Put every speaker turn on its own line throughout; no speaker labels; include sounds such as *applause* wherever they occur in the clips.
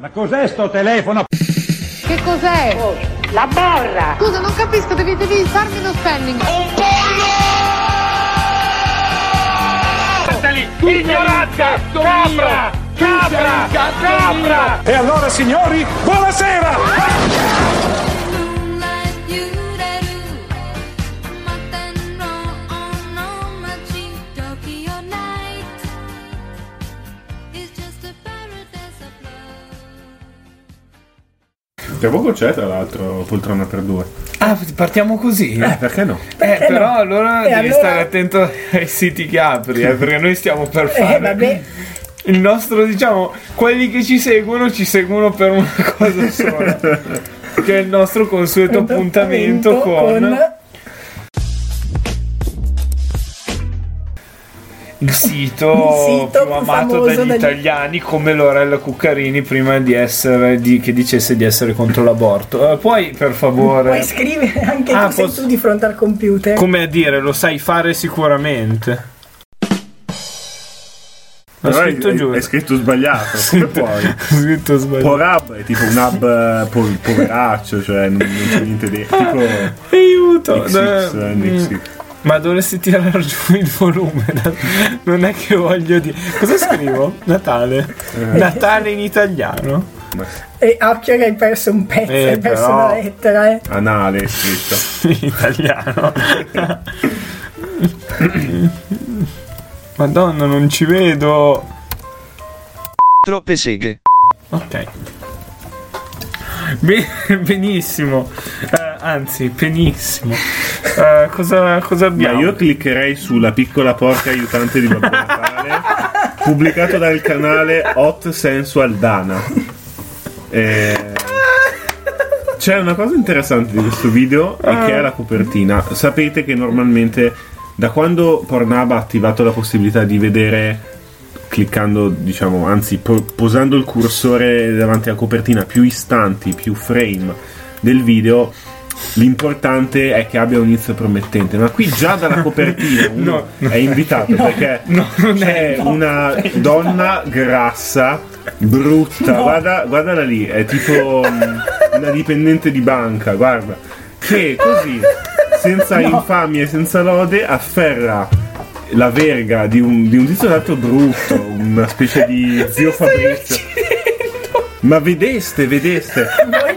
Ma cos'è sto telefono?
Che cos'è? Oh, la borra! Scusa, non capisco, devi, devi farmi lo spelling. Un
pollo! Ignorante! Capra! Capra! Capra!
E allora signori, buonasera!
Tra poco c'è, tra l'altro, poltrona per due.
Ah, partiamo così?
Eh, perché no?
Eh, però allora
Eh,
devi
allora-
stare attento *laughs* ai siti che apri, eh, perché noi stiamo per fare.
*laughs*
Eh, vabbè.
Il nostro, diciamo, quelli che ci seguono, ci seguono per una *laughs* cosa sola. che è il nostro consueto appuntamento con, il sito,
Il sito
più
più
amato
famoso
dagli,
dagli-
italiani come Lorella Cuccarini prima di essere di- che dicesse di essere contro l'aborto. Eh, puoi per favore
Puoi scrivere anche
Ah,
tu sei
posso-
tu di fronte al computer.
come a dire, lo sai fare sicuramente. L'ho
Però è-
scritto
è,
giù. eh.
è scritto sbagliato. Come puoi?
*laughs* scritto sbagliato.
Por hub è tipo un hub eh, po- poveraccio, cioè non, non c'è niente di tipo
Aiuto!
XX,
Eh,
NXX.
Ma dovresti tirar giù *laughs* il volume. Non è che voglio dire. Cosa scrivo? Natale. Natale in italiano.
E occhio che hai perso un pezzo,
Eh,
hai perso
però-
una lettera, eh.
Anale è scritto.
in italiano. Madonna, non ci vedo.
Troppe seghe.
Ok. Be- benissimo. Eh, anzi, benissimo. Eh, cosa, cosa
Ma
abbiamo?
Eh, io cliccherei sulla piccola porca aiutante di Babbo Natale, pubblicato dal canale Hot Sensual Dana. Eh, C'è una cosa interessante di questo video e che è la copertina. Sapete che normalmente da quando Pornhub ha attivato la possibilità di vedere cliccando, diciamo, anzi po- posando il cursore davanti alla copertina più istanti, più frame del video, l'importante è che abbia un inizio promettente. Ma qui già dalla
*laughs*
copertina uno è invitato perché c'è una donna grassa, brutta, guarda, guardala lì, è tipo mm, una dipendente di banca, guarda, che così, senza infamia e senza lode, afferra la verga di un, di un tizio tanto brutto, una specie
*laughs*
di zio Fabrizio. Ma vedeste, vedeste.
Voi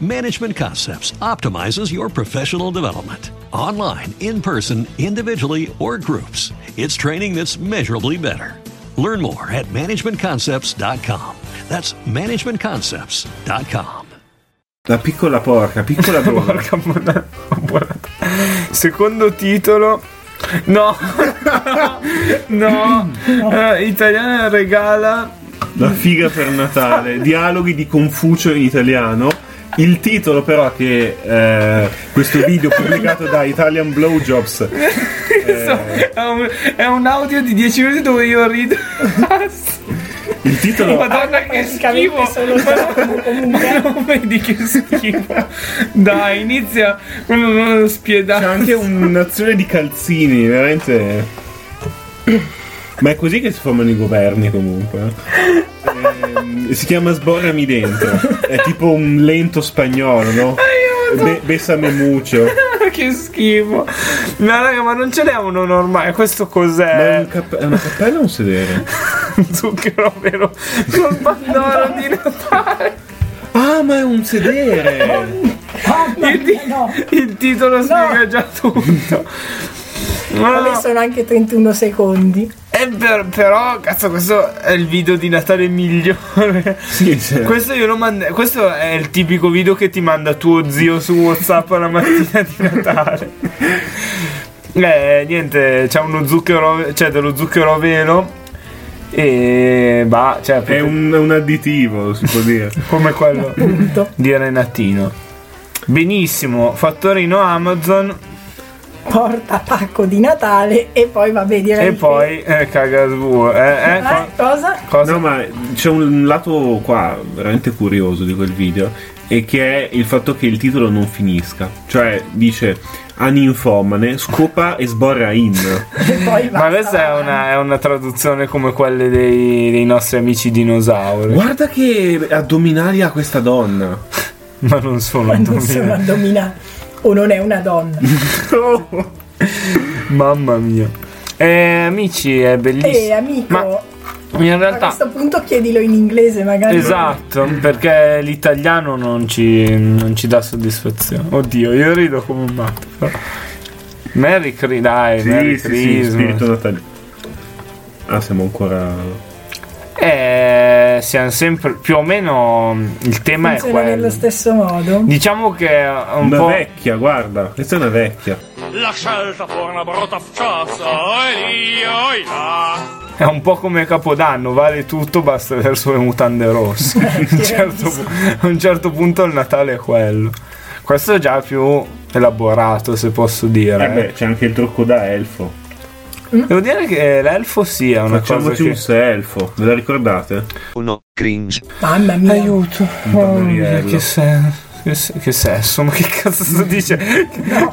Management Concepts optimizes your professional development. online, in person, individually, or groups. It's training that's measurably better. Learn more at managementconcepts.com. That's managementconcepts.com.
La piccola porca, piccola bruna.
Porca monna- buona- Secondo titolo.
*laughs*
No, no, Eh, italiana regala.
La figa per Natale, dialoghi di Confucio in italiano. Il titolo però che eh, questo video pubblicato da Italian Blowjobs
È un, è un audio di 10 minuti dove io rido.
il titolo
Madonna, che schifo!
Praticamente solo
*laughs* Ma non vedi che schifo? Dai, inizia con uno
c'è
spiedato.
anche un'azione di calzini veramente ma è così che si formano i governi comunque Ehm, si chiama Sborrami Dentro è tipo un lento spagnolo no? Be- Bessame mucho
*laughs* Che schifo. Ma raga, ma non ce n'è uno normale. Questo
ma è, un
cos'è?
capp- è una cappella o un
*laughs*
sedere?
Zucchero vero.
*laughs*
Col pandoro di Natale.
ah ma è un sedere
Il, ti- il titolo spiega già tutto. Ma
Vabbè,
no.
sono anche 31 secondi.
Eh, per- però, cazzo, questo è il video di Natale migliore.
sì, sì.
Questo io lo mand- Questo è il tipico video che ti manda tuo zio su WhatsApp alla mattina di Natale. Eh, niente, c'è uno zucchero. C'è dello zucchero a velo. E. Bah, cioè,
È un, un additivo, si può dire.
come *laughs* quello di Renatino. Benissimo, fattorino Amazon.
Porta pacco di Natale e poi vabbè direi
E
che-
poi eh, caga sbuo. Eh, eh,
Eh,
co-
cosa?
cosa?
No, ma c'è un lato qua veramente curioso di quel video. E che è il fatto che il titolo non finisca. Cioè, dice aninfomane, scopa e sborra in.
E poi
Ma
basta.
questa è una, è una traduzione come quelle dei, dei nostri amici dinosauri.
Guarda che addominali ha questa donna.
Ma non sono
Non sono
addominali.
addominale. O non è una donna.
*laughs* Mamma mia. Eh, amici, è
E
bellissimo.
amico,
Ma in
a
realtà.
Eh, questo punto chiedilo in inglese magari.
Esatto, perché l'italiano non ci, non ci dà soddisfazione. Oddio, io rido come un matto. però. Merry Christmas, dai, Merry Christmas.
spirito natale. Ah, siamo ancora.
Eh, siamo sempre più o meno il tema è
Funziona nello
Eh, quello.
stesso modo.
Diciamo che è un
Una
po'
vecchia, guarda, questa è una vecchia.
È un po' come Capodanno, vale tutto, basta avere solo le mutande rosse. *laughs* A un certo pu- a un certo punto il Natale è quello. Questo è già più elaborato, se posso dire.
Eh beh, c'è anche il trucco da elfo.
Devo dire che l'elfo sì è una cosa
Facciamoci
che...
un selfo, ve la ricordate?
Oh no, cringe.
Mamma mia.
Aiuto,
Mamma mia, che
che sesso, ma che cazzo sto dicendo?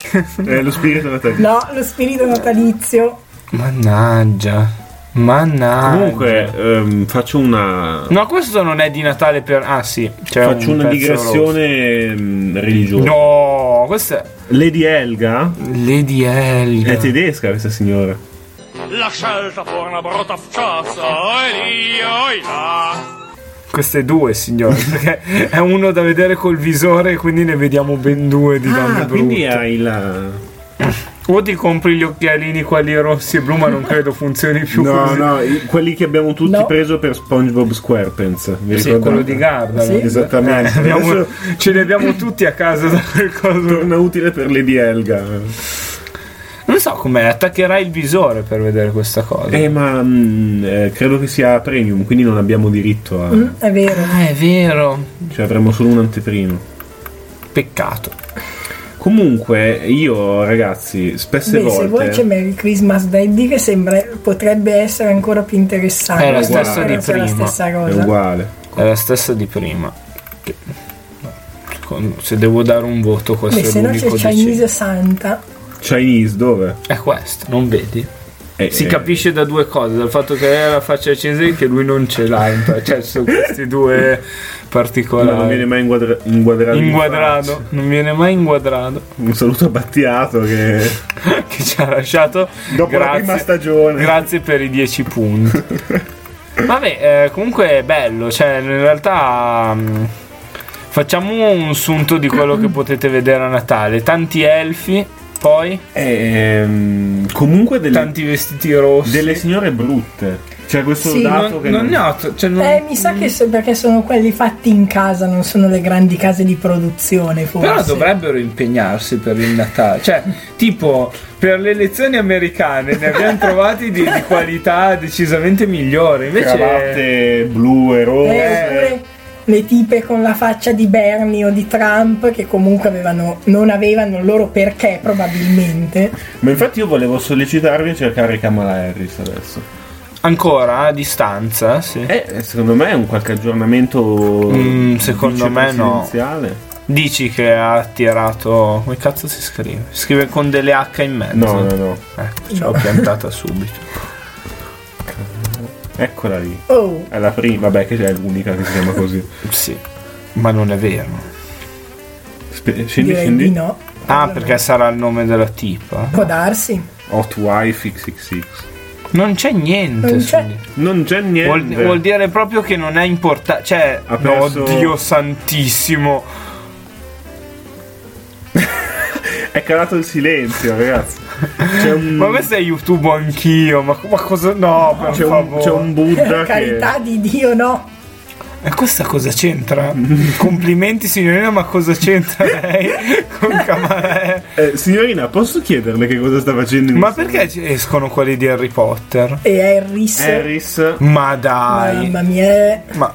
È Eh, lo spirito natalizio.
No, lo spirito natalizio.
Mannaggia, mannaggia.
Comunque, ehm, faccio una.
No, questo non è di Natale per... Ah sì, c'è
Faccio
un
una
pezzo rosso.
digressione ehm, religiosa.
No, questa è...
Lady Helga
Lady Elga.
è tedesca, questa signora.
Queste due,
*laughs*
signori, perché è uno da vedere col visore, quindi ne vediamo ben due
Ah,
di donne
Ah, quindi
brutte.
hai la.
O ti compri gli occhialini quelli rossi e blu, ma non credo funzioni
*laughs*
più
No,
così.
no, i- quelli che abbiamo tutti
No.
preso per SpongeBob SquarePants. Vi
Sì,
ricordate?
quello di Garda. no?
Esattamente.
Abbiamo-
Adesso
ce li abbiamo tutti a casa da quel coso.
torna utile per Lady Helga.
Non so com'è, attaccherai il visore per vedere questa cosa.
Eh, ma mh, eh, credo che sia premium, quindi non abbiamo diritto a.
È vero.
Ah, è vero.
Cioè, avremo solo un anteprimo.
Peccato.
Comunque, io, ragazzi, spesse
Beh, se vuoi
volte.
c'è Merry Christmas Daddy che sembra, potrebbe essere ancora più interessante.
È la
stessa
Però
di
c'è la
prima.
stessa
è
cosa.
uguale.
È la stessa di prima. Che- no, secondo- Se devo dare un voto, questo
Beh,
è
se no c'è
l'unico
il
decente.
Chinese Santa.
Chinese dove?
È questo, non vedi?
Eh,
Si
eh,
capisce da due cose, dal fatto che lei ha la faccia cinese e che lui non ce l'ha, in pa- cioè ci sono questi due
no, non
particolari.
viene mai inquadra- inquadrato. in
Inquadrato,
faccia.
non viene mai inquadrato,
Un saluto a Battiato che
*laughs* che ci ha lasciato.
dopo la
grazie,
prima stagione.
grazie per i 10
*laughs*
punti. Vabbè, eh, comunque è bello, cioè in realtà mm, facciamo un sunto di quello che potete vedere a Natale. Tanti elfi, poi
Ehm, comunque delle,
tanti vestiti rossi.
delle signore brutte. C'è questo
Sì,
dato
Non,
che
non ne ho, cioè, non-
Eh, mi sa che so- perché sono quelli fatti in casa, non sono le grandi case di produzione, forse.
Però dovrebbero impegnarsi per il Natale, cioè, tipo, per le elezioni americane ne
*laughs*
abbiamo trovati di, di qualità decisamente migliore. Invece,
cravatte blu e
Eh,
rose.
oppure le tipe con la faccia di Bernie o di Trump che comunque avevano, non avevano il loro perché probabilmente.
Ma infatti io volevo sollecitarvi a cercare Kamala Harris adesso.
ancora a distanza, sì.
Eh, secondo me è un qualche aggiornamento
Mm, secondo me no.
vicepresidenziale.
Dici che ha attirato. Come cazzo si scrive? Si scrive con delle H in mezzo.
No, no, no.
Eh, ce l'ho piantata subito.
Eccola lì.
Oh,
È la prima, vabbè, che è l'unica che si chiama così.
Sì, ma non è vero.
Spe- scendi,
direi
scendi.
di no.
Ah, perché sarà il nome della tipa.
Può darsi.
Hot Wife XXX.
Non c'è niente.
Non c'è.
su-
Non c'è
Vuol,
niente.
vuol dire proprio che non è importante. Cioè,
Ha perso-
oddio santissimo.
È calato il silenzio, ragazzi. C'è un,
Ma questo è YouTube anch'io. Ma, ma cosa. No, per
c'è un,
favore.
c'è un Buddha
Per
che...
carità di Dio no.
E questa
*laughs*
cosa c'entra? Complimenti, signorina, ma cosa c'entra lei con Kamala?
Eh, signorina, posso chiederle che cosa sta facendo? in
Ma
questo
perché ci escono quelli di Harry Potter?
E Harris.
momento? Harris...
Ma dai,
Mamma mia. eh.
ma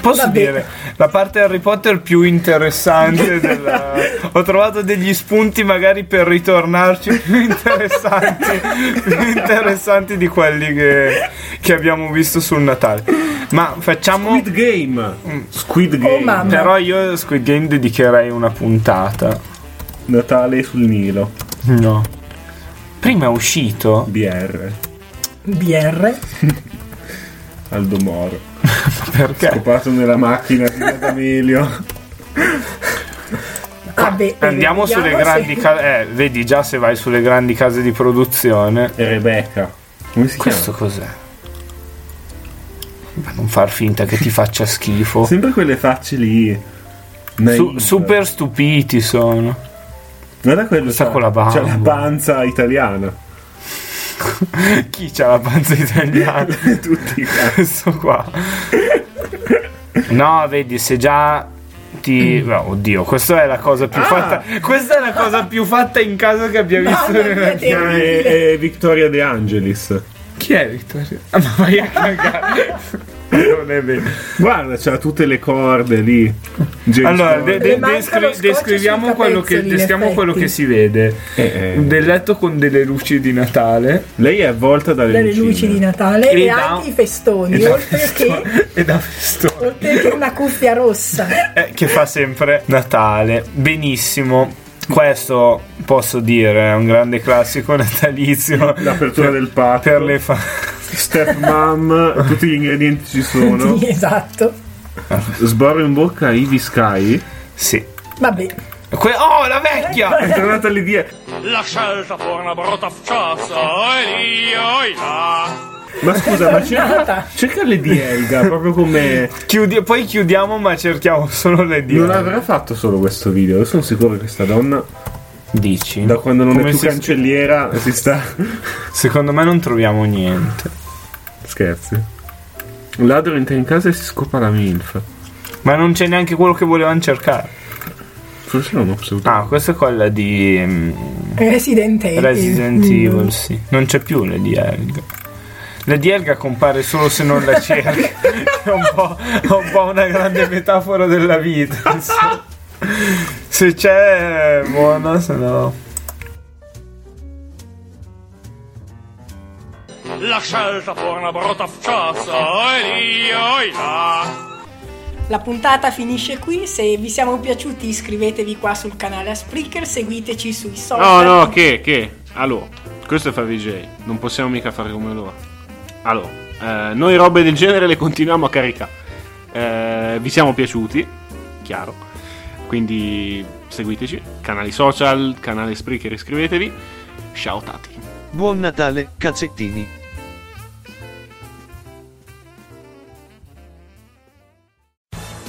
posso
Vabbè.
dire la parte Harry Potter più
*laughs*
interessante della... Ho trovato degli spunti magari per ritornarci più interessanti, più interessanti di quelli che, che abbiamo visto sul Natale. Ma facciamo...
Squid
Mm.
Game. Squid Game.
Oh, mamma.
Però io a Squid Game dedicherei una puntata.
Natale sul Nilo.
No. Prima è uscito
BR.
BR.
Aldo Moro.
perché
Scopato nella macchina di
*laughs*
Emilio.
Ah, beh,
Andiamo
vediamo
sulle
se-
grandi
*laughs*
case. Eh, vedi già se vai sulle grandi case di produzione.
E Rebecca. Come si
Questo
chiama?
cos'è? Ma non far finta che ti faccia schifo.
Sempre quelle facce lì.
Su-
naive.
super stupiti sono.
Guarda quello.
Sta
c'ha-
con la bamba.
C'ha la panza italiana.
Chi c'ha la panza italiana? *laughs*
*laughs* Tutti qua.
Questo qua. No, vedi, se già ti. no, oddio, questa è la cosa più fatta. Questa è la cosa più fatta in casa che abbia visto *laughs*
Mamma
nella
mia,
Ah,
terribile.
è, è Victoria De Angelis.
Chi è Vittorio? Ah, ma vai a cagare. non è vero.
Guarda, c'ha tutte le corde lì. James
Allora,
Bond.
de- de-
Le manca
descri-
lo scotch
descriviamo,
sui
quello che,
capezzoli, in
descriviamo
effetti.
quello che si vede.
Eh, eh.
Del letto con delle luci di Natale
lei è avvolta dalle,
Dalle luci di Natale
E
e,
da-
anche i festoni,
e da
oltre che,
e da festone
oltre che una cuffia rossa.
eh, che fa sempre Natale. Benissimo. Questo posso dire, è un grande classico natalizio
L'apertura del patto.
per le fa-
Step mom, tutti gli ingredienti ci sono.
Sì, esatto.
Sborro in bocca a Ivy Sky.
Sì.
Vabbè,
Que- oh, la vecchia!
È tornata l'idea. Ma scusa, ma cerca, cerca le di Elga, proprio come...
Chiudi- poi chiudiamo, ma cerchiamo solo le
Non
dire.
avrà fatto solo questo video, io sono sicuro che questa donna,
Dici?
da quando non
Come
è più
si-
cancelliera, si sta...
Secondo me non troviamo niente.
*laughs* Scherzi. Un ladro entra in casa e si scopa la MILF.
Ma non c'è neanche quello che volevano cercare.
forse non ho saputo.
Ah, questa è quella di mm,
Resident Evil.
Resident
Mm.
Evil, sì. Non c'è più la di Helga. La di Helga compare solo se non la cerchi. è, un po', è un po' una grande metafora della vita. insomma. Se c'è, è buona, se no.
La scelta fu una brutta faccia, e io, e là.
La puntata finisce qui, se vi siamo piaciuti iscrivetevi qua sul canale a Spreaker, seguiteci sui
No,
social.
no, che, che. Allora, questo è FVJ. Non possiamo mica fare come loro. Allora, eh, noi robe del genere le continuiamo a caricare. Eh, vi siamo piaciuti, chiaro. Quindi seguiteci. Canali social, canale Spreaker, iscrivetevi. Ciao Tati.
Buon Natale, cazzettini.